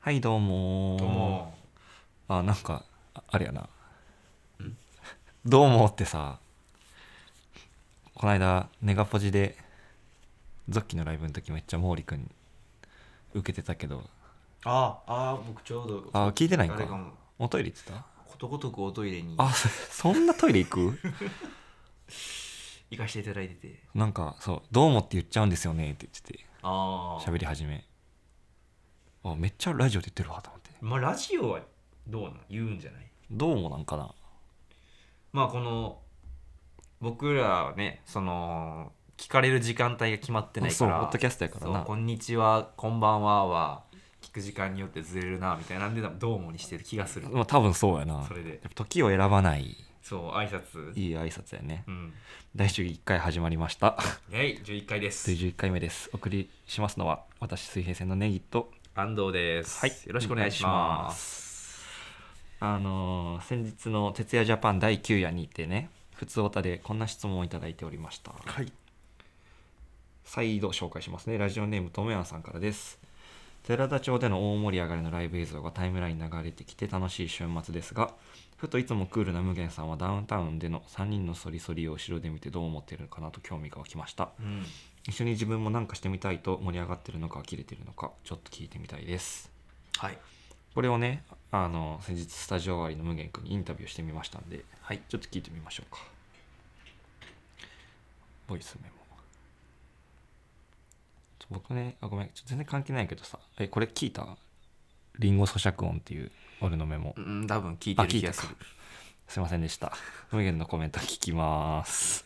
はいどうもーどうもあなんかああれやな「どうも」ってさこの間ネガポジでゾッキのライブの時めっちゃ毛利君受けてたけどあああ僕ちょうどあ聞いてないんあかれかもおトイレ行ってたことごとくおトイレにあそそんなトイレ行く 行かせていただいててなんかそう「どうも」って言っちゃうんですよねって言っててああ喋り始めあめっちゃラジオで言ってるわと思ってまあラジオはどうなん言うんじゃない「どうも」なんかなまあこの僕らはねその聞かれる時間帯が決まってないそかうらポッドキャストやからそうなこんにちはこんばんはは聞く時間によってずれるなみたいなんでどうもにしてる気がするまあ多分そうやなそれで時を選ばないそう挨拶いい挨拶やねうん第11回始まりましたはい11回です第11回目ですお送りしますのは私水平線のネギと安藤です、はいよろしくお願いしますあのー先日の「徹夜ジャパン第9夜」にてね普通おたでこんな質問をいただいておりましたはい再度紹介しますねラジオネームとめやんさんからです寺田町での大盛り上がりのライブ映像がタイムラインに流れてきて楽しい週末ですがふといつもクールな無限さんはダウンタウンでの3人のそりそりを後ろで見てどう思ってるのかなと興味が湧きましたうん一緒に自分も何かしてみたいと盛り上がってるのか切れてるのかちょっと聞いてみたいですはいこれをねあの先日スタジオ終わりの無限君にインタビューしてみましたんではいちょっと聞いてみましょうかボイスメモちょ僕ねあごめんちょ全然関係ないけどさえこれ聞いたリンゴ咀嚼音っていう俺のメモうん多分聞いてる気がすあ聞るいすいませんでした無限のコメント聞きます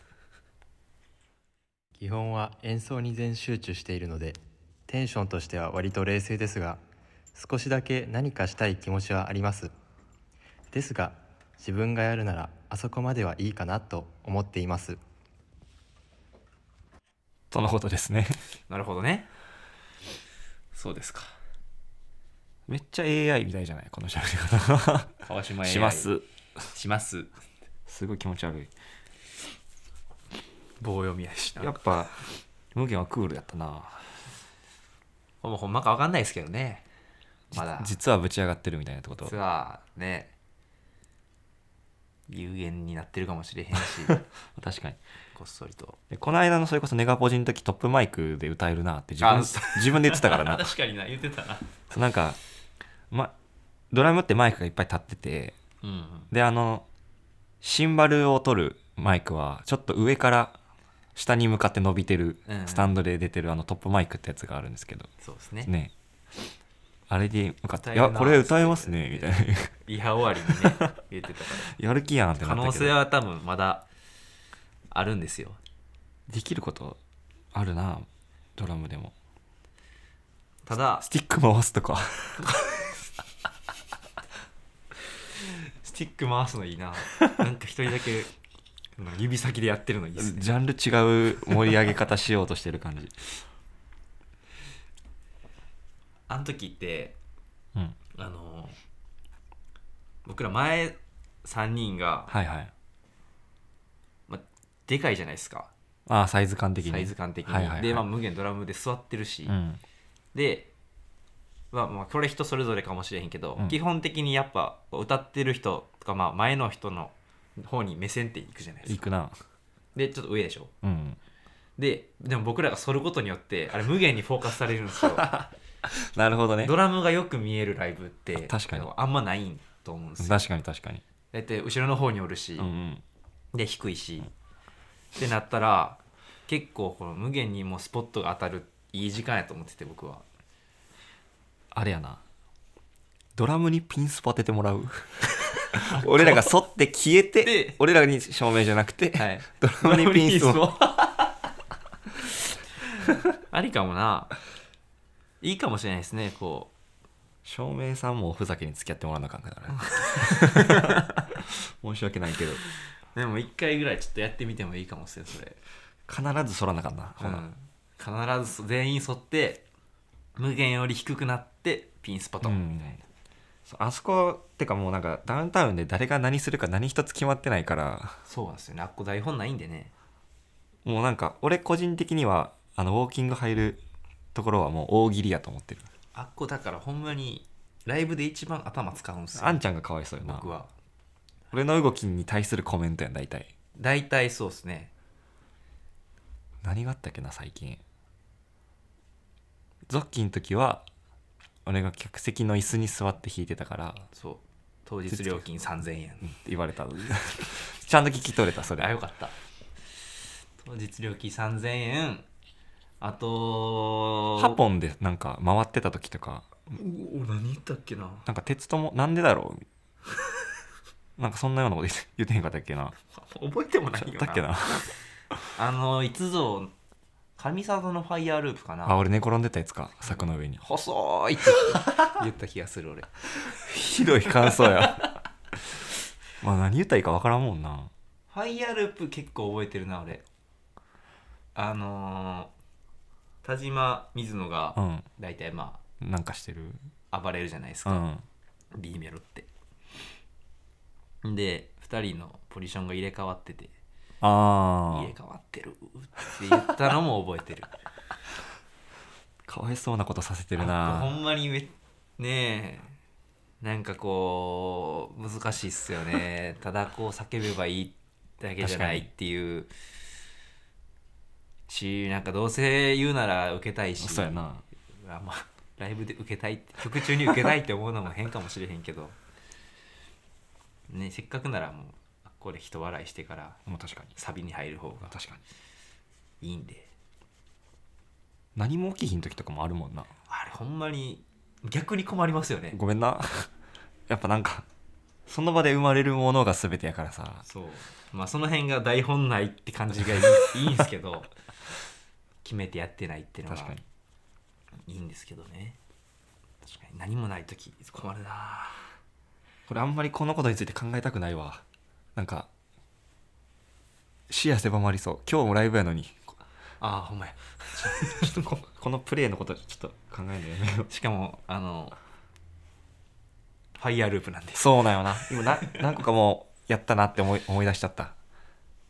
基本は演奏に全集中しているのでテンションとしては割と冷静ですが少しだけ何かしたい気持ちはありますですが自分がやるならあそこまではいいかなと思っていますとのことですねなるほどねそうですかめっちゃ AI みたいじゃないこの喋り方川島 AI しますしますすごい気持ち悪い棒読みやしなやっぱ無限はクールやったなほんまほんまかわかんないですけどねまだじ実はぶち上がってるみたいなってこと実はね有限になってるかもし れへんし確かにこっそりとでこの間のそれこそネガポジの時トップマイクで歌えるなって自あ分そう 自分で言ってたからな 確かにな言ってたなそうなんか、ま、ドラムってマイクがいっぱい立っててうんうん、であのシンバルを取るマイクはちょっと上から下に向かって伸びてるうんうんスタンドで出てるあのトップマイクってやつがあるんですけどそうですねねあれで向かって「い歌えるなやこれ歌えますね」みたいなリハ終わりにね言ってたか「やる気やん」ってらな 可ったけど能性は多分まだあるんですよできることあるなドラムでもただスティック回すとかスティック回すのい いななんか一人だけなんか指先でやってるのいいですねジャンル違う盛り上げ方しようとしてる感じあの時ってうんあの僕ら前3人が、はいはいまあ、でかいじゃないですかああサイズ感的にサイズ感的に、はいはいはいで、まあ、無限ドラムで座ってるし、うんで、まあ、まあこれ人それぞれかもしれへんけど、うん基本的にやっぱ歌ってる人とか、まあ、前の人の方に目線っていくじゃないですいかくなでちょっと上でしょうんででも僕らが反ることによってあれ無限にフォーカスされるんですよなるほどねドラムがよく見えるライブって確かにあんまないんと思うんですよ確かに確かにだって後ろの方におるし、うんうんで低いし、ってなったら結構この無限にもうスポットが当たるいい時間やと思ってて僕はあれやなドラムにピンスポ当ててもらう 俺らが反って消えてで俺らに照明じゃなくて、はいドラムにピンスポ ありかもないいかもしれないですねこ照明さんもおふざけに付き合ってもらわなあかんからね 申し訳ないけどうでも1回ぐらいちょっとやってみてもいいかもしれないそれ、必ず反らなあかんなほな、うん必ず全員沿って無限より低くなってピンスポットうんみたいな、そうあそこってかもうなんかダウンタウンで誰が何するか何一つ決まってないからそうなんですよねあっこ台本ないんでねもうなんか俺個人的にはあのウォーキング入るところはもう大喜利やと思ってるあっこだからほんまにライブで一番頭使うんすよあんちゃんがかわいそうよな僕は俺の動きに対するコメントやん大体大体そうですね何があったっけな最近ゾッキーの時は俺が客席の椅子に座って弾いてたからってそう当日料金3000円言われ たちゃんと聞き取れたそれあよかった当日料金3000円あとハポンでなんか回ってた時とかおお何言ったっけななんか鉄友なんでだろうなんかそんなようなこと言って言ってへんかったっけな覚えてもないよなだっけなあのいつぞ神里のファイヤーループかあな俺寝転んでたやつか柵の上に細い って言った気がする俺ひどい感想 やまあ何言ったらいいか分からんもんなファイヤーループ結構覚えてるな俺あのー、田島水野がうん大体まなんかしてるあ暴れるじゃないですうか、ん B メロってで2人のポジションが入れ替わってて「あ入れ替わってる」って言ったのも覚えてるあかわ いそうなことさせてるあほなんまにめねえなんかこう難しいっすよ ねただこう叫べばいいだけじゃないっていうしなんかどうせ言うなら受けたいしそうやなまあまあライブで受けたいって曲中に受けたいって思うのも変かもしれへんけど、ね、せっかくならもうあっこで人笑いしてからまあ確かにサビに入る方が確かにいいんで何も起きひん時とかもあるもんなあれほんまに逆に困りますよねごめん なやっぱなんかその場で生まれるものが全てやからさそうまあその辺が台本ないって感じがいい いいんですけど決めてやってないっていうの確がかにいいんですけどね確かに何もない時困るなこれあんまりこのことについて考えたくないわなんか視野狭まりそう今日もライブやのにこあーほんまやちょっとこ このプレイのことちょっと考えるのやめようしかもあのファイヤーループなんでそうなんよな今な何個かもうやったなって思い思い出しちゃった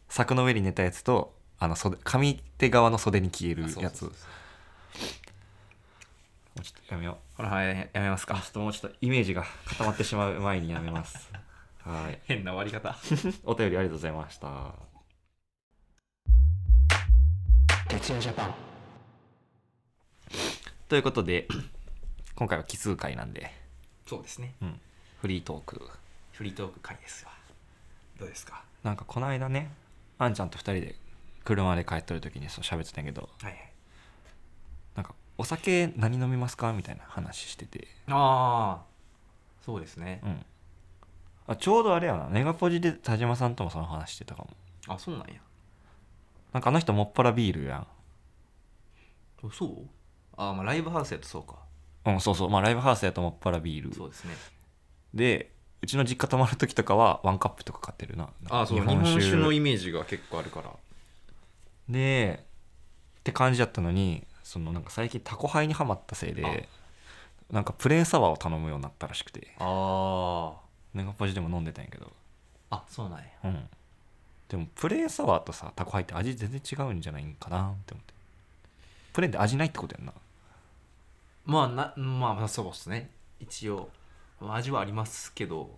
柵の上に寝たやつとあの袖上手側の袖に消えるやつあそうそうそうもうちょっとやめよこの辺やめますうあかちょっともうちょっとイメージが固まってしまう前にやめ ますはい変な終わり方お便りありがとうございました。ということで、今回は奇数回なんで、そうですねフリートーク。フリートーク会ですわどうですかなんかこの間ね、あんちゃんと2人で車で帰っとる時にそう喋ってたんやけど、はいはいなんかお酒何飲みますかみたいな話してて、ああそうですねうん。あちょうどあれやな、ネガポジで田島さんともその話してたかも。あそうなんやなんかあの人もっぱらビールやん。そうあーまあライブハウスやとそうかうん、そうそう。まあライブハウスやともっぱらビール。そうですねでうちの実家泊まる時とかはワンカップとか買ってるなイメージが結構あるからでって感じだったのにそのなんか最近タコハイにはまったせいでなんかプレーンサワーを頼むようになったらしくてあネガポジでも飲んでたんやけどああそうなんやうんでもプレーンサワーとさタコハイって味全然違うんじゃないんかなって思ってプレーンって味ないってことやんなまあなまあまあそうですね一応まあ味はありますけど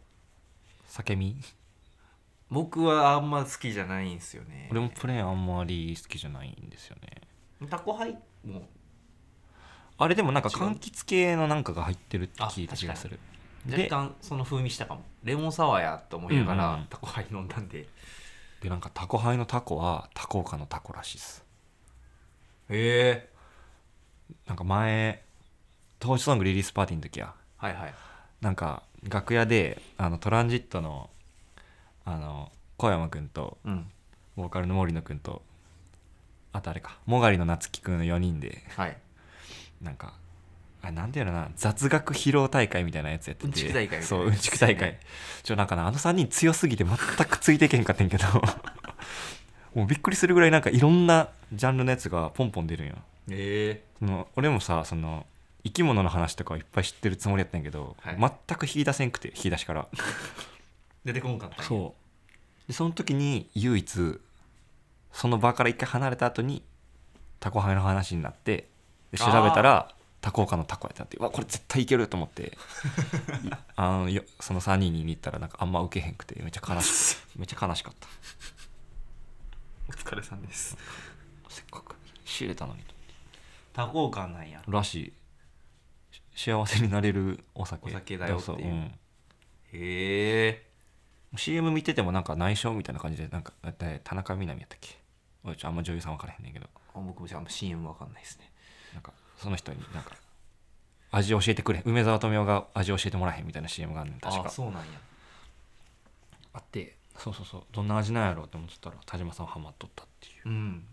酒味僕はあんま好きじゃないんですよね俺もプレーンあんまり好きじゃないんですよねタコハイもあれでもなんか違う柑橘系のなんかが入ってるって聞いた気がする若で干その風味したかもレモンサワーやと思いながら、うんうんタコハイ飲んだんでへでなんかタコハイのタコはタコ岡のタコらしいですえなんか前投資ソングリリースパーティーの時やはいはいなんか楽屋であのトランジットのあの小山君とうんボーカルの森野君とあとあれかもがりの夏樹君の4人ではいなんかあれなんていうのかな雑学披露大会みたいなやつやっててうんちく大会みたいなやつそううんちく大会、ねちょなんかなあの3人強すぎて全くついていけんかったんやけど もうびっくりするぐらいなんかいろんなジャンルのやつがポンポン出るんよえその俺もさその生き物の話とかはいっぱい知ってるつもりやったんやけど、はい全く引き出せんくて引き出しから出てこんかったんやうでその時に唯一その場から一回離れた後にタコハイの話になってで調べたら多幸感のタコやってなってうわこれ絶対いけると思って いあのよその3人に見に行ったらなんかあんま受けへんくてめっちゃ悲し めっちゃ悲しかったお疲れさんですせっかく仕入れたのに多幸感なんやらしいし幸せになれるお酒お酒だよっていそうんへえ CM 見ててもなんか内緒みたいな感じでなんかだって田中みな実やったっけ俺ちょあんま女優さん分からへんねんけど僕もじゃああんま CM わかんないですねなんかその人になんか味教えてくれ梅沢富美男が味教えてもらえへんみたいな CM があんねん確あかそうなんやあってそうそうそうどんな味なんやろうって思ってたら田島さんはハマっとったっていううん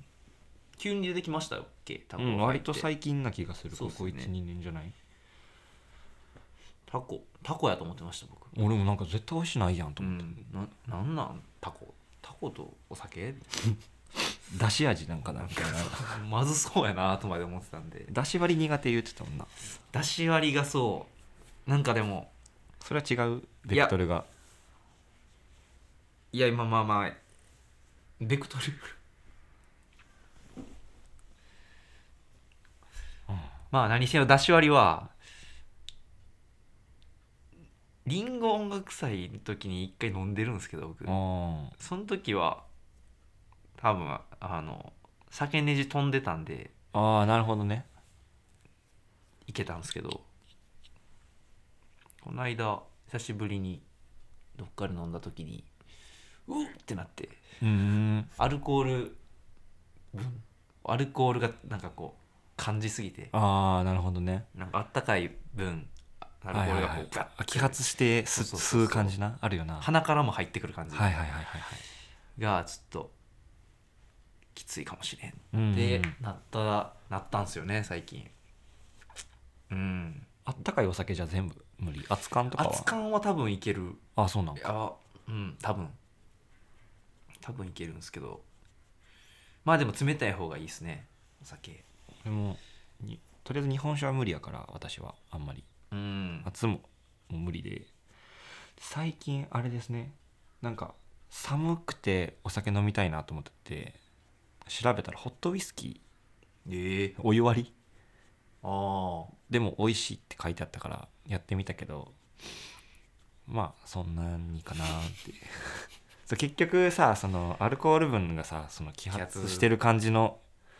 急に出てきましたよっけタコうん、割と最最近な気がするそうっこすこね12年じゃないタコタコやと思ってました僕俺もなんか絶対美味しないやんとう思って、んななんなんタコタコとお酒だし味なんかなみたいな まずそうやなとまで思ってたんで だし割り苦手言ってたもんなだし割りがそうなんかでもそれは違うベクトルがいやまあまあまあベクトルうんまあ何せよ出し割りはリンゴ音楽祭の時に一回飲んでるんですけど僕あその時は多分あの酒ネジ飛んでたんでーあーなるほどねいけたんですけどこの間久しぶりにどっかで飲んだ時にうっってなってうんアルコール、アルコールがなんかこう感じすぎてああなるほどねなんかあったかい分アルコはいーはルいがはこいうガッあ揮発してすそうそうそう吸う感じなあるよなはい鼻からも入ってくる感じはいはいはいはいがちょっときついかもしれんうんうんでなったなったんすよね最近うんあったかいお酒じゃ全部無理熱燗とかは熱燗は多分いけるあそうなんいかやうん多分多分いけるんですけどまあでも冷たい方がいいですねお酒でもにとりあえず日本酒は無理やから私はあんまりうん夏ももう無理で最近あれですねなんか寒くてお酒飲みたいなと思ってて調べたらホットウイスキええーお湯割りああでも美味しいって書いてあったからやってみたけどまあそんなにかなって そう結局さそのアルコール分がさその揮揮発発してる感じの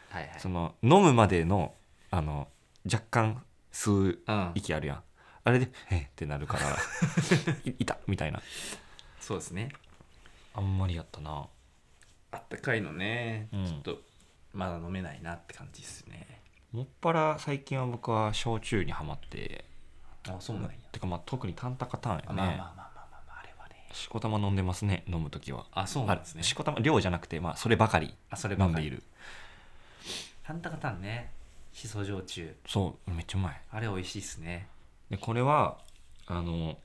はいはいその飲むまでのあの若干吸ううん息あるやんあれで「えっ」ってなるから いいたみたいなそうですねあんまりやったなあったかいのね、うんちょっとまだ飲めないなって感じですねもっぱら最近は僕は焼酎にはまってあそうなんや、てかまあ特にタンタカタンやね、あまあまあまあまあまあ、まあ、あれはねしこたま飲んでますね飲む時はあそうなんですねあしこたま量じゃなくてまあそればかりあそれば飲っんかでりいるタンタカタンねしそ焼酎そうめっちゃうまいあれ美味しいっすねでこれはあのも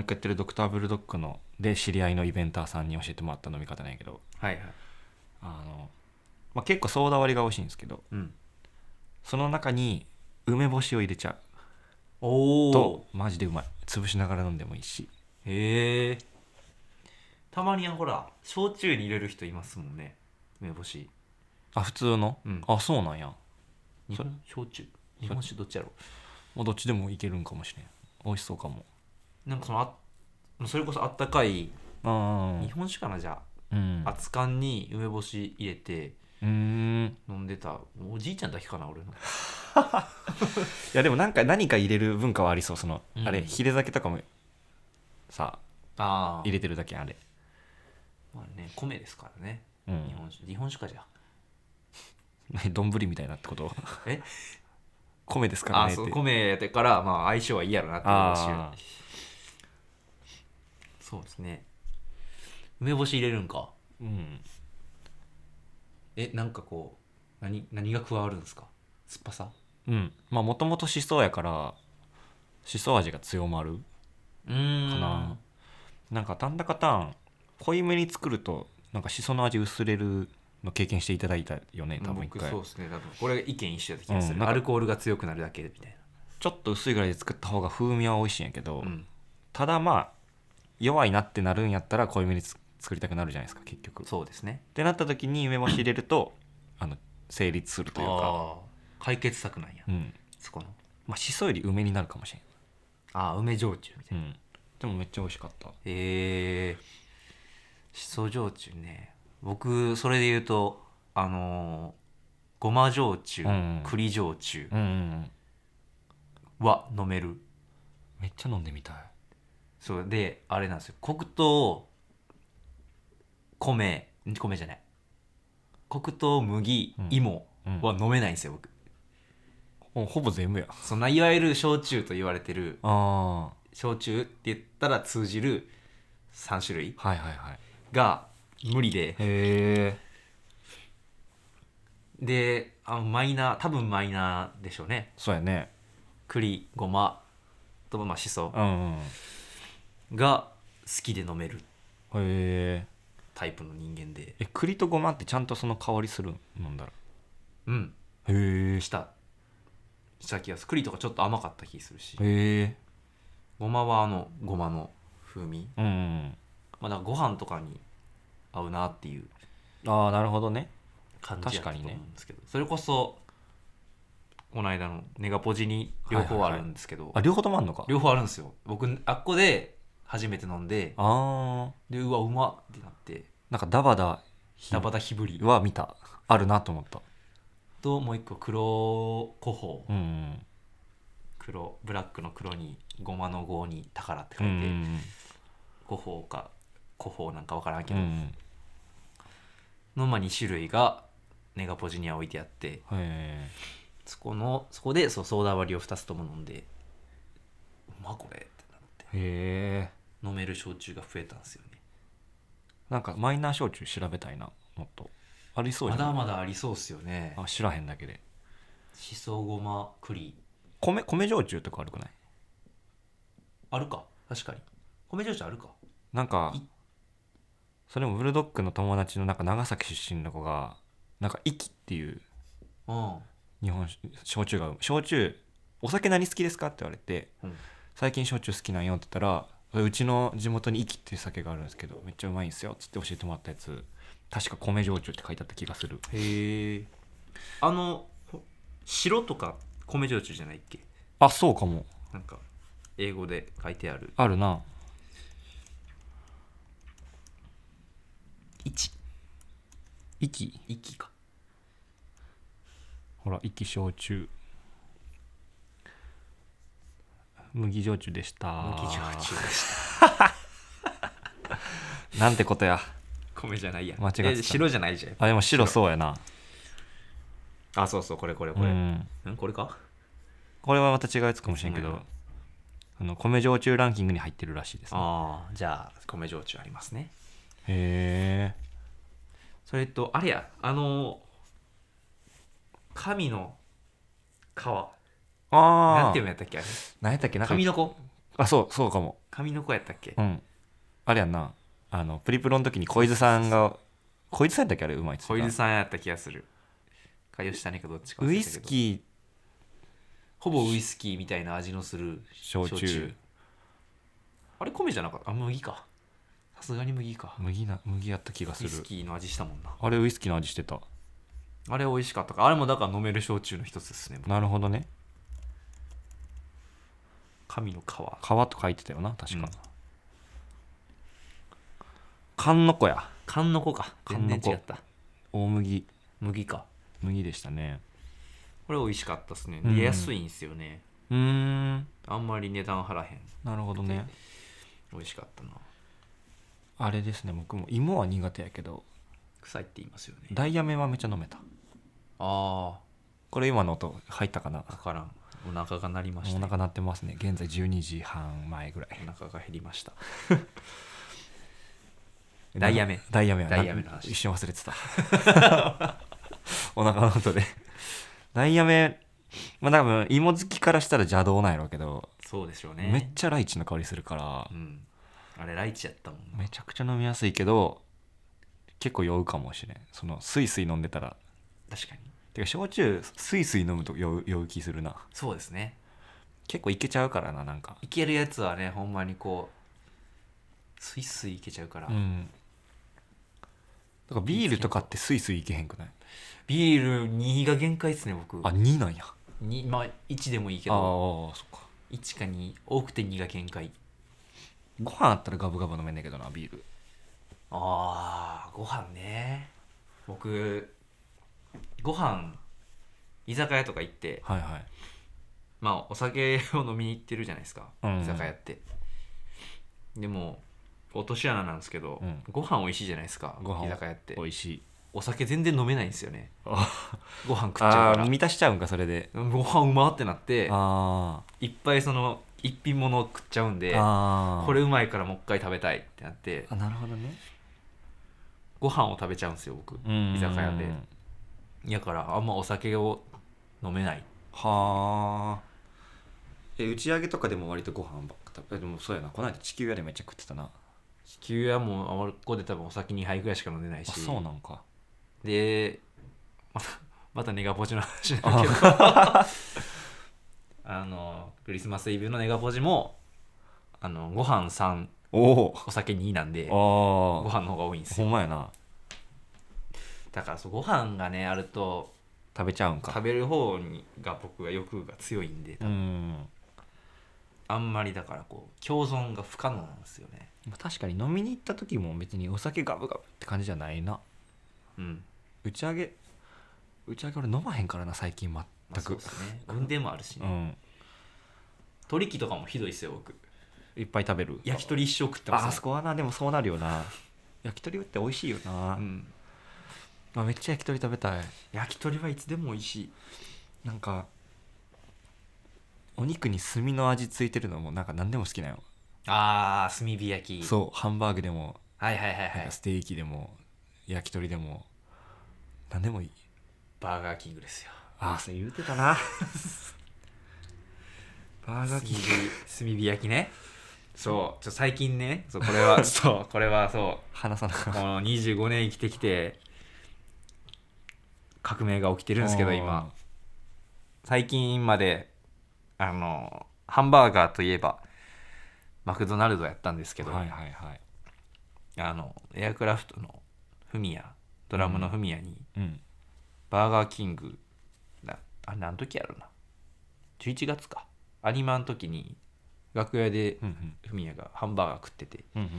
う一回やってるドクターブルドッグので知り合いのイベンターさんに教えてもらった飲み方なんやけどはいはいあの、まあ、結構ソーダ割りが美味しいんですけどうんその中に梅干しを入れちゃおうとおマジでうまい潰しながら飲んでもいいしへえたまにはほら焼酎に入れる人いますもんね梅干しあ普通の、うんあそうなんや日それ本焼酎日本酒どっちやろもうどっちでもいけるんかもしれん美味しそうかもなんかそのあそれこそあったかいあ日本酒かなじゃあうんあ熱燗に梅干し入れてうーん飲んでたおじいちゃんだけかな俺のいやでもなんか何か入れる文化はありそうその、うんあれヒレ酒とかもさあ入れてるだけあれまあね米ですからねう日ん本酒日本酒かじゃ 何丼みたいなってことえ 米ですからあねっそうて米だからまあ相性はいいやろなってあ話そうですね梅干し入れるんかーうんえなんかこう何何が加わるんですか酸っぱさうんまあもともとしそやからしそ味が強まるうーんかななんかタンダカタン濃いめに作るとなんかしその味薄れるの経験していただいたよね多分一僕回そうですね多分これ意見一緒やった気がうすんる、なんかアルコールが強くなるだけみたいちょっと薄いぐらいで作った方が風味は美味しいんやけど、な、うん、ただまあ弱いなってなるんやったら濃いめにつ作りたくなるじゃないですか結局っそうですねてなった時に梅干し入れるとあの成立するというかあー解決策なんや、うんそこのまあ、しそより梅になるかもしれあ梅焼酎みたいなない、うん、でもめっちゃ美味しかったえー、しそ焼酎ね僕それで言うとあのーごま焼酎、うん栗焼酎うん、うん、は飲めるめっちゃ飲んでみたいそうであれなんですよ黒糖米ん米じゃない黒糖麦うん芋うんは飲めないんですよ、僕ほほぼ全部やそんないわゆる焼酎と言われてるああは焼酎って言ったら通じる3種類いはいはいが無理でへえであマイナー多分マイナーでしょうねそうやね栗ごまとまあしそうん、うん、へが好きで飲めるえタイプの人間でえ栗とごまってちゃんとその香りする飲んだらうんへえしたした気がする栗とかちょっと甘かった気するしへえごまはあのごまの風味うんうんまあだからご飯とかに合うなっていうああなるほどね感じやったと確かに思うねんですけど、それこそこの間のネガポジに両方あるんですけど、あ両方ともあんのか両方あるんですよ僕あっこで初めて飲んでああでうわうまってなってなんかダバダひダバダヒブリは見たあるなと思ったともう一個黒古宝うんうん黒ブラックの黒にごまの号に宝って書ういんて、うん古宝か古宝なんかわからんけうど、んのまあ2種類がネガポジには置いてあってうんへそこのそこでそうソーダ割りを2つとも飲んでうまこれってなってえへえ飲める焼酎が増えたんですよねなんかマイナー焼酎調べたいなもっとありそうまじゃだんまだありそうっすよねあ知らへんだけでしそごま栗米米焼酎とか悪くないあるか確かに米焼酎あるかなんかいそれもブルドッグの友達のなんか長崎出身の子がなんか「息」っていううん日本酒焼酎が焼酎お酒何好きですかって言われて、うん最近焼酎好きなんよって言ったらうちの地元に「息」っていう酒があるんですけどめっちゃうまいんですよっつって教えてもらったやつ確か米焼酎って書いてあった気がするへえあのほ白とか米焼酎じゃないっけあそうかもなんか英語で書いてあるあるな1息息かほら息焼酎麦焼酎でした麦焼酎でしたなんてことや米じゃないや間違ってたえ白じゃないじゃんあでも白そうやなあそうそうこれこれこうれ、んん、これかこれはまた違うやつかもしれんけそうどなんやあの米焼酎ランキングに入ってるらしいですねああじゃあ米焼酎ありますねへえそれとあれやあの神の皮ああなんていうのやったっけあれ何やったっけなんか神の子あそうそうかも神の子やったっけうんあれやんなあのプリプロの時に小泉さんが小泉さんやったっけあれうまいっつって小た出さんやった気がするか吉谷かどっちか忘れウたけどイスキーほぼウイスキーみたいな味のする焼酎あれ米じゃなかったあ麦かさすがに麦か麦な麦やった気がすウイるスキーの味したもんなあれウイスキーの味してたあれ美味しかったかあれもだから飲める焼酎の一つですねなるほどね神の皮皮と書いてたよな確うかん缶の子や缶の子か缶の子全然違った大麦麦か麦でしたねこれ美味しかったですね、うんで安いんですよねうーんあんまり値段張らへんなるほどね美味しかったなあれですね僕も芋は苦手やけど臭いって言いますよねダイヤメはめっちゃ飲めたあこれ今の音入ったかなあ分からんお腹が鳴りましおた腹鳴ってますね現在12時半前ぐらいお腹が減りましたダイヤメダイヤメはなダイヤメの話一瞬忘れてた お腹の音でダイヤメまあ多分芋好きからしたら邪道なんやろうけど、そうでしょうめっねちゃライチの香りするからう、んあれライチやったもんなめちゃくちゃ飲みやすいけど結構酔うかもしれんそのスイスイ飲んでたら確かにてか焼酎スイスイ飲むと酔う酔う気するなそうですね結構いけちゃうからななんかいけるやつはねほんまにこうスイスイいけちゃうから、うんだからビールとかってスイスイいけへんくないビール2が限界っすね僕あ2なんやにまあ1でもいいけああどそっか1か2多くて2が限界ご飯あったらガブガブ飲めんだけどなビールあーご飯ね僕ご飯居酒屋とか行ってはいはいまあお酒を飲みに行ってるじゃないですか、うん居酒屋ってでも落とし穴なんですけど、うんご飯美味しいじゃないですかご飯居酒屋って美味しいお酒全然飲めないんですよねあご飯食っちゃうあからー満たしちゃうんかそれでご飯うまってなってあいっぱいその一品物を食っちゃうんーであーこれうまいからもう一回食べたいってなってあなるほどねご飯を食べちゃうんですよ僕うん居酒屋でだからあんまお酒を飲めないはあえ打ち上げとかでも割とご飯ばっか食べえでもそうやなこの間地球屋でめっちゃ食ってたな地球屋もあここで多分お酒2杯ぐらいしか飲んでないしあそうなんかでまたまたネガポジの話にな るけどあのクリスマスイブのネガポジもあのご飯3おお酒2なんでごおああ飯の方が多いんですほよんまやなだからそうご飯がねあると食べちゃうんか食べる方にが僕は欲が強いんでうんあんまりだからこう共存が不可能なんですよね確かに飲みに行った時も別にお酒ガブガブって感じじゃないなうん打ち上げ打ち上げ俺飲まへんからな最近全まあ、そうくで、すね軍手もあるしね、うん取り木とかもひどいですよ僕いっぱい食べる焼き鳥一生食ってますああそこはなでもそうなるよな 焼き鳥って美味しいよな、うん、まあ、めっちゃ焼き鳥食べたい焼き鳥はいつでも美味しいなんかお肉に炭の味ついてるのもなんか何でも好きなよあー炭火焼きうそうハンバーグでもはいはいはいはなんいかステーキでも焼き鳥でも何でもいいバーガーキングですよああそれ言うてた なバーガ炭ーキ火ング炭火焼きねそうちょ最近ねそうこれは そうこれはそ話さなうかっこの25年生きてきて革命が起きてるんですけど今最近まであのハンバーガーといえばマクドナルドやったんですけど、はいはいはいあのエアクラフトのフミヤドラムのフミヤに、うんバーガーキングなあれ何時やろな11月かアニマの時に楽屋でうんうんフミヤがハンバーガー食っててうん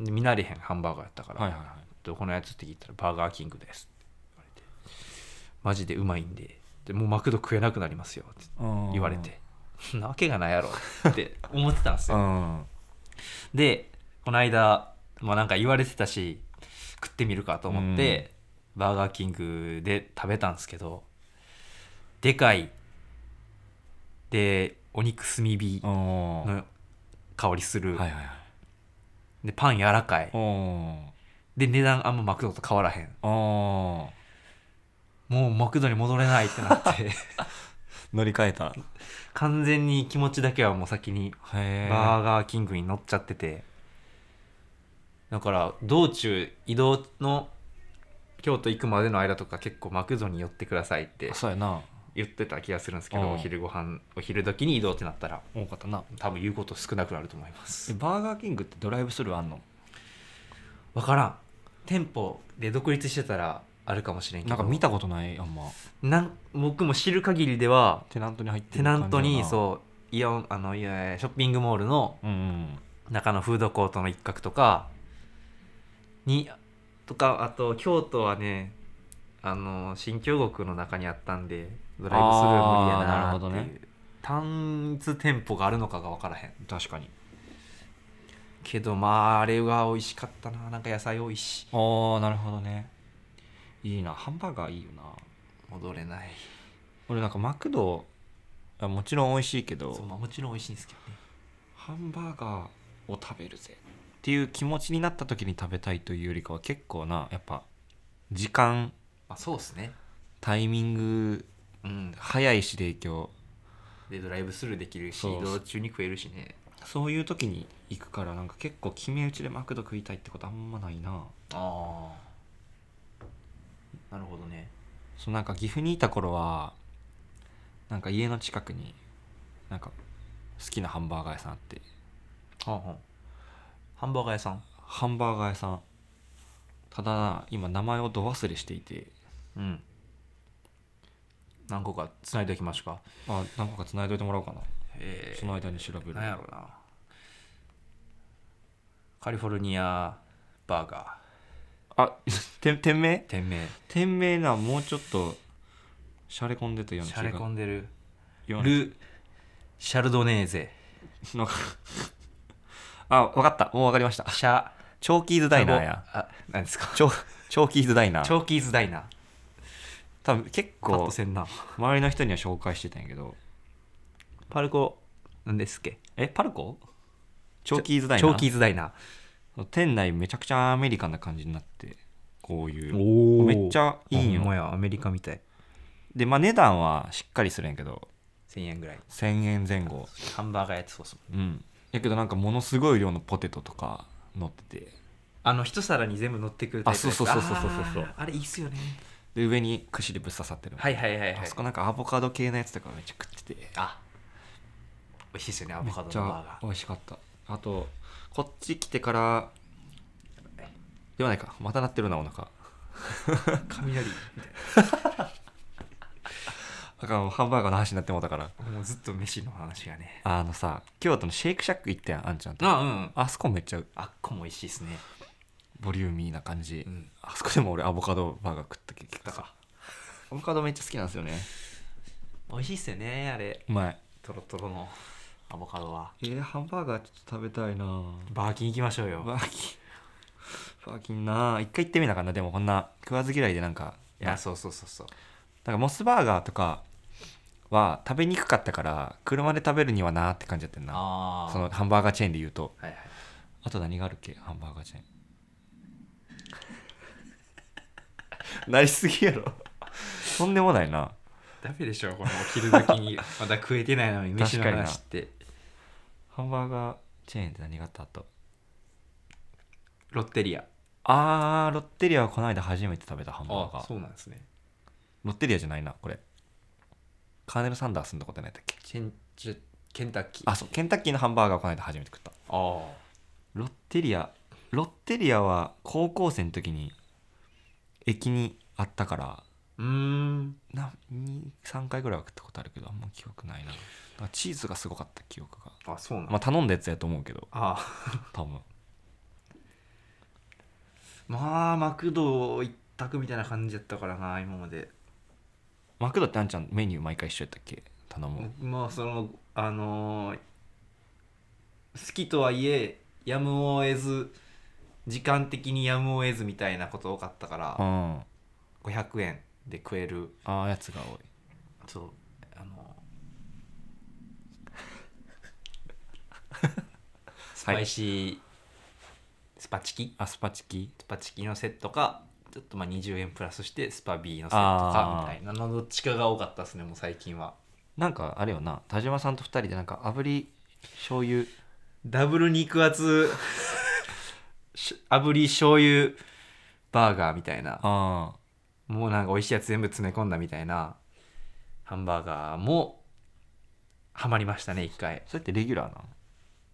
うんで見慣れへんハンバーガーやったから、はいはいはいどこのやつって聞いたらバーガーキングですって言われてマジでうまいんででもうマクド食えなくなりますよってうん言われてそんなわけがない やろって思ってたんですうよんでこの間まあなんか言われてたし食ってみるかと思って、バーガーキングで食べたんですけどでかいでお肉炭火うんはいの香りする、はいはいでパン柔らかいうんで値段あんまマクドと変わらへうんんもうマクドに戻れないってなって 乗り換えたへ完全に気持ちだけはもう先にえバーガーキングに乗っちゃっててだから道中移動の京都行くまでの間とか結構マクドに寄ってくださいってそうやな言ってた気がするんですけどうんお昼ご飯お昼時に移動ってなったら多かったな多分言うこと少なくなると思いまえすバーガーキングってドライブスルーあんの分からん店舗で独立してたらあるかもしれんけどなんか見たことないあんまなん僕も知る限りではテナントに入ってテるナ感じントにうそうイオンあのいやショッピングモールのうんうん中のフードコートの一角とかにとかあと京都はねあの新京極の中にあったんでドライブスルー無理やあーなるなほっていどう、ね単一店舗があるのかが分からへん確かにけどまああれは美味しかったななんか野菜多いしああなるほどねいいなハンバーガーいいよな戻れない俺なんかマクドあもちろん美味しいけそう、どまあ、もちろん美味しいんですけどねハンバーガーを食べるぜっていう気持ちになった時に食べたいというよりかは結構なやっぱ時間まあそうですねタイミングうん早いし影響でドライブスルーできるしそう移動中に食えるしねそういう時に行くからなんか結構決め打ちでマクド食いたいってことあんまないなああなるほどねそうなんか岐阜にいた頃はなんか家の近くになんか好きなハンバーガー屋さんあってはんはんハンバーガー屋さんハンバーガー屋さんただ今名前をど忘れしていてうん何個かつないでおきましょうかあ何個か繋いどいてもらおうかなえその間に調べー、る何やろうなカリフォルニアバーガあ 店店名ー店名店名なもうちょっとしゃれ込んでたようなシ気ャレ込がんでるようなル・シャルドネーゼなんかあ分かったもう分かりましたシャチョーキーズダイナーやあ何ですかチョチョーキーズダイナチーョーキーズダイナー多分結パッと構せんな周りの人には紹介してたんやけどパルコ何ですっけえパルコチョーキーズダイチナョーーキーズダイナ店内めちゃくちゃアメリカンな感じになってこういうおめっちゃいいんよほんまやアメリカみたいでまあ値段はしっかりするんやけど1000円ぐらい1000円前後ハンバーガーやつそうそううんやけどなんかものすごい量のポテトとか乗っててあの一皿に全部乗ってくるタイプあそうそうそうそうそうそうそうあーあれいいっすよねで上に串でぶっ刺さってる、はいはいはいはいあそこなんかアボカド系のやつとかめっちゃ食っててあ美味しいですよねアめボっカドちのバーゃガー美味しかったあとこっち来てからではないかまたなってるなお腹雷だからもうハンバーガーの話になってもうたからもうずっと飯の話がねあのさ京都のシェイクシャック行ったやんあんちゃんとあうんあそこめっちゃあっこも美味しいですねボリューミーな感じ、うんあそこでも俺アボカドバーガー食った結果かアボカドめっちゃ好きなんですよね美味しいっすよねあれうまいとろとろのアボカドはえー、ハンバーガーちょっと食べたいなバーキン行きましょうよバーキンバーキンな一回行ってみなあかんなでもこんな食わず嫌いでなんかいやそうそうそうそうなんかモスバーガーとかは食べにくかったから車で食べるにはなって感じやってんなああそのハンバーガーチェーンで言うとはいはいあと何があるっけハンバーガーチェーン なりすぎやろとんでもないなダメでしょこのお昼時にまだ食えてないのに飯の確かにな話ってハンバーガーチェーンって何があったあとロッテリアあーロッテリアはこの間初めて食べたハンバーガあそーうなんですねロッテリアじゃないなこれカーネル・サンダースのとこって何やったっけチェンチェケンタッキーあそうケンタッキーのハンバーガーをこの間初めて食ったあロッテリアロッテリアは高校生の時に駅にあったからうーんなに3回ぐらいは食ったことあるけどあんま記憶ないななんかチーズがすごかった記憶があそうなんまあ頼んだやつやと思うけどあ多分まあマクド一択みたいな感じやったからな今まで、マクドってあんちゃんメニュー毎回一緒やったっけ頼む、まあそのあのー好きとはいえやむを得ず時間的にやむを得ずみたいなこと多かったから、うん、あ500円で食えるあやつが多いそうあの スパイシー、スパチキアスパチキスパチキのセットかちょっとまあ20円プラスしてスパビーのセットかあーみたいなのどっちかが多かったですねもう最近はなんかあれよな田島さんと2人でなんか炙り醤油ダブル肉 厚し炙り醤油バーガーみたいなああもうなんか美味しいやつ全部詰め込んだみたいなハンバーガーもハマりましたね一回それってレギュラーなの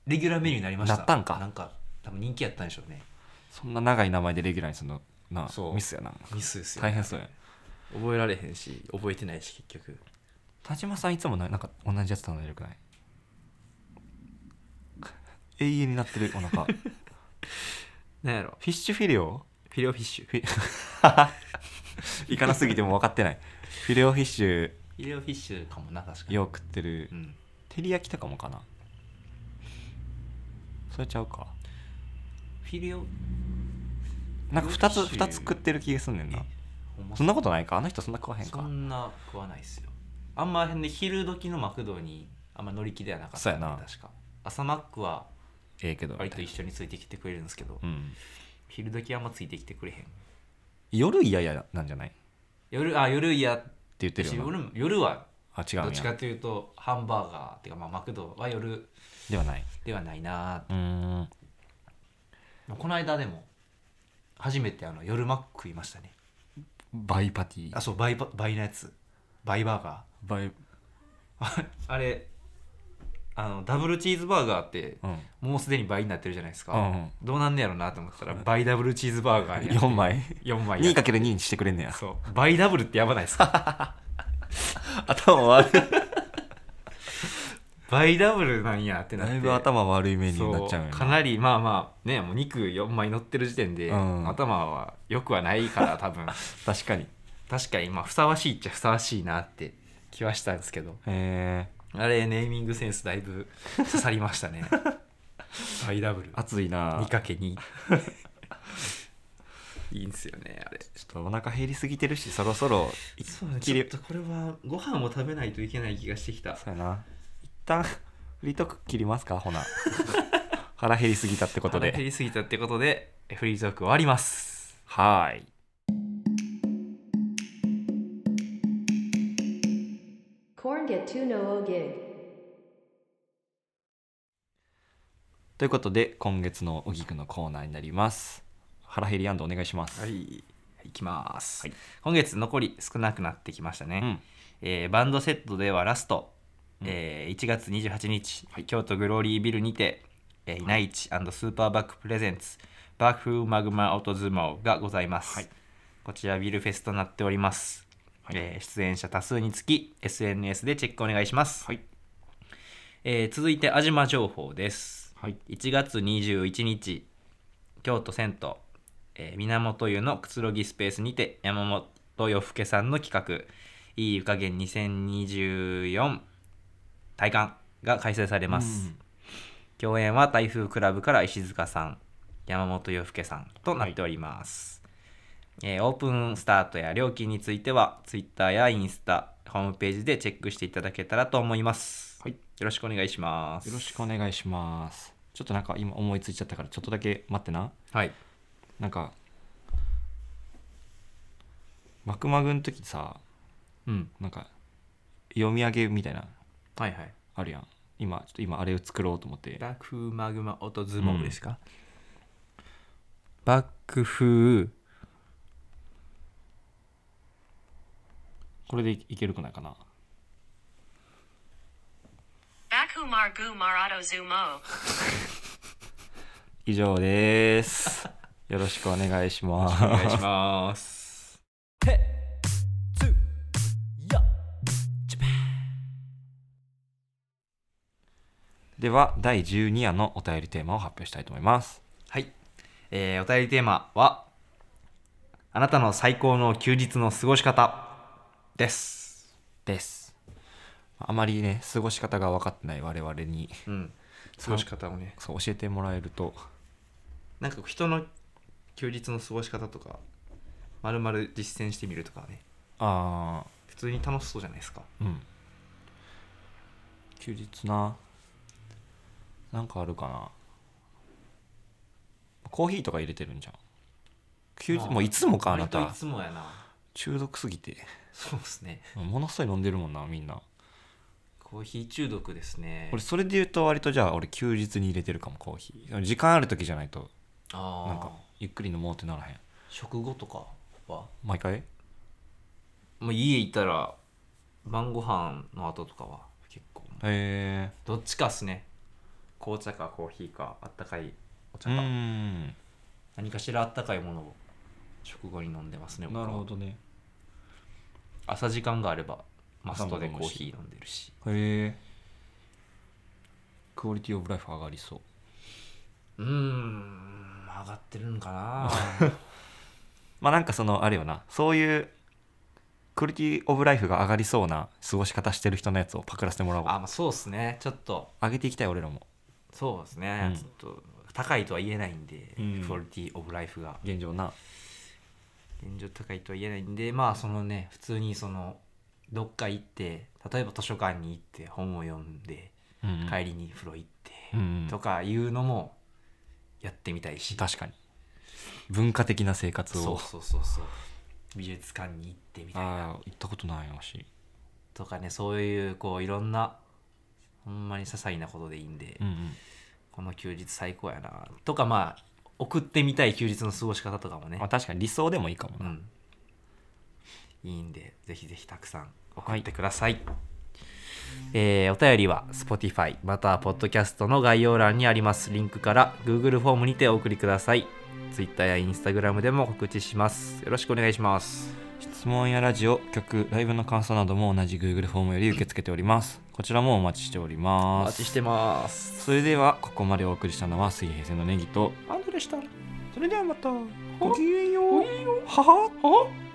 レギュラーメニューになりましたなったんかなんか多分人気やったんでしょうねそんな長い名前でレギュラーにするのなそうミスやなミスですよ、大変そうや覚えられへんし覚えてないし結局田島さんいつもななんか同じやつ頼んでるくない永遠になってるお腹フなんやろィッシュフィレオフィレオフィッシュフいかなすぎても分かってないフィレオフィッシュィレオフィッシュかもな確かによく食ってるうん照り焼きとかもかなそれちゃうかフィレオほなんか2つフィレオフィッシュ二つ食ってる気がすんねんなまそんなことないかあの人そんな食わへんそかんな食わないっすよあんまへんで昼時のマクドにあんま乗り気ではなかったそうやな確か朝マックはええけど割と一緒についてきてくれるんですけど、うん昼時はあんまついてきてくれへん夜嫌やなんじゃないって夜あ夜やっ言っててるよな夜も夜はあ違どうっんちかやというとハンバーガーっていうかまあマクドは夜ではないではないなうーんぁこの間でも初めてあの夜マック食いましたねバイパティあそう倍ば倍のやつ倍バーガバイーあれあのダブルチーズバーガーってうんもうすでに倍になってるじゃないですか、うんうんどうなんねやろなと思ったら倍ダブルチーズバーガーに4枚4枚や 2×2 にしてくれんねや そう倍ダブルってやばないですか頭悪い倍ダブルなんやってなってだいぶ頭悪いメニューになっちゃうよねそうかなりまあまあねもう肉4枚乗ってる時点で、うん頭は良くはないから多分確かに確かにまあふさわしいっちゃふさわしいなって気はしたんですけどえあれネーミングセンスだいぶ刺さりましたね倍ダブルー、熱いな 2×2 いいんすよねあれちょっとお腹減りすぎてるしそろそろそうね切りちょっとこれはご飯を食べないといけない気がしてきたそうやな一旦フリートーク切りますかほ な腹減りすぎたってこと腹減でりすぎたってことでフリートーク終わりますはーい Corn get two no o gig. ということで今月のおぎくのコーナーになります腹減りお願いします、はいいきます、はい今月残り少なくなってきましたね、うんえーバンドセットではラスト、うんえー1月28日、京都グローリービルにて、えー、イナイチスーパーバックプレゼンツバックフーマグマオトズモがございます、はいこちらビルフェスとなっております、はいえー出演者多数につき SNS でチェックお願いします、はいえー続いて安島情報ですはい1月21日京都銭湯、えー源湯のくつろぎスペースにて山本よふけさんの企画「いい湯加減2024体感」が開催されます、うん共演は台風クラブから石塚さん山本よふけさんとなっております、えーオープンスタートや料金については Twitter やインスタホームページでチェックしていただけたらと思います、はいよろしくお願いしますよろしくお願いしますちょっとなんか今思いついちゃったからちょっとだけ待ってなはいなんかマクマグの時さうんなんか読み上げみたいなはいはいあるやん今ちょっと今あれを作ろうと思ってバックフーマグマ音相撲ですか、バックフーこれでいいけるくないかな Bakumargu Marato Zumo. 以上ですよろしくお願いしますお願いしますでは第12夜のお便りテーマを発表したいと思います はい、えーお便りテーマは「あなたの最高の休日の過ごし方」です、ですあまりね過ごし方が分かってない我々にうん、方をねそう教えてもらえるとなんかこう人の休日の過ごし方とかまるまる実践してみるとかねあ普通に楽しそうじゃないですかあうん休日ななんかあるかなコーヒーとか入れてるんじゃん休日あーもういつもかあな割とたいつもやな中毒すぎてそうですねものすごい飲んでるもんなみんなコーヒー中毒ですね俺それで言うと割とじゃあ俺休日に入れてるかもコーヒー時間ある時じゃないとあななんんかかゆっくり飲もうってならへん食後とかは毎回もう家行ったら晩ご飯の後とかは結構えどっちかっすね紅茶かコーヒーかあったかいー、おう茶ーか、ん何かしらあったかいものを食後に飲んでますね僕なはるほどね朝時間があればマストでコーヒー飲んでるしへえクオリティオブライフ上がりそううーん上がってるんかな まあなんかそのあれよなそういうクオリティオブライフが上がりそうな過ごし方してる人のやつをパクらせてもらおうあまあそうっすねちょっと上げていきたい俺らもそうですね、うんちょっと高いとは言えないんで、うんクオリティオブライフが現状な現状高いとは言えないんでまあそのね普通にそのどっか行って例えば図書館に行って本を読んでうん帰りに風呂行って、うんとかいうのもやってみたいし確かに文化的な生活そをうそうそうそう美術館に行ってみたいなああ行ったことないわしとかねそういうこういろんなほんまに些細なことでいいんで、うんうんこの休日最高やなとかまあ送ってみたい休日の過ごし方とかもねまあ、確かに理想でもいいかもうな、ん、いいんでぜひぜひたくさん送ってください、えーお便りは Spotify または Podcast の概要欄にありますリンクから Google フォームにてお送りください Twitter や Instagram でも告知しますよろしくお願いします質質問やラジオ曲ライブの感想なども同じ Google フォームより受け付けておりますこちらもお待ちしておりおます待ちしてますそれではここまでお送りしたのは水平線のネギとアンドでしたそれではまたごきげんようははは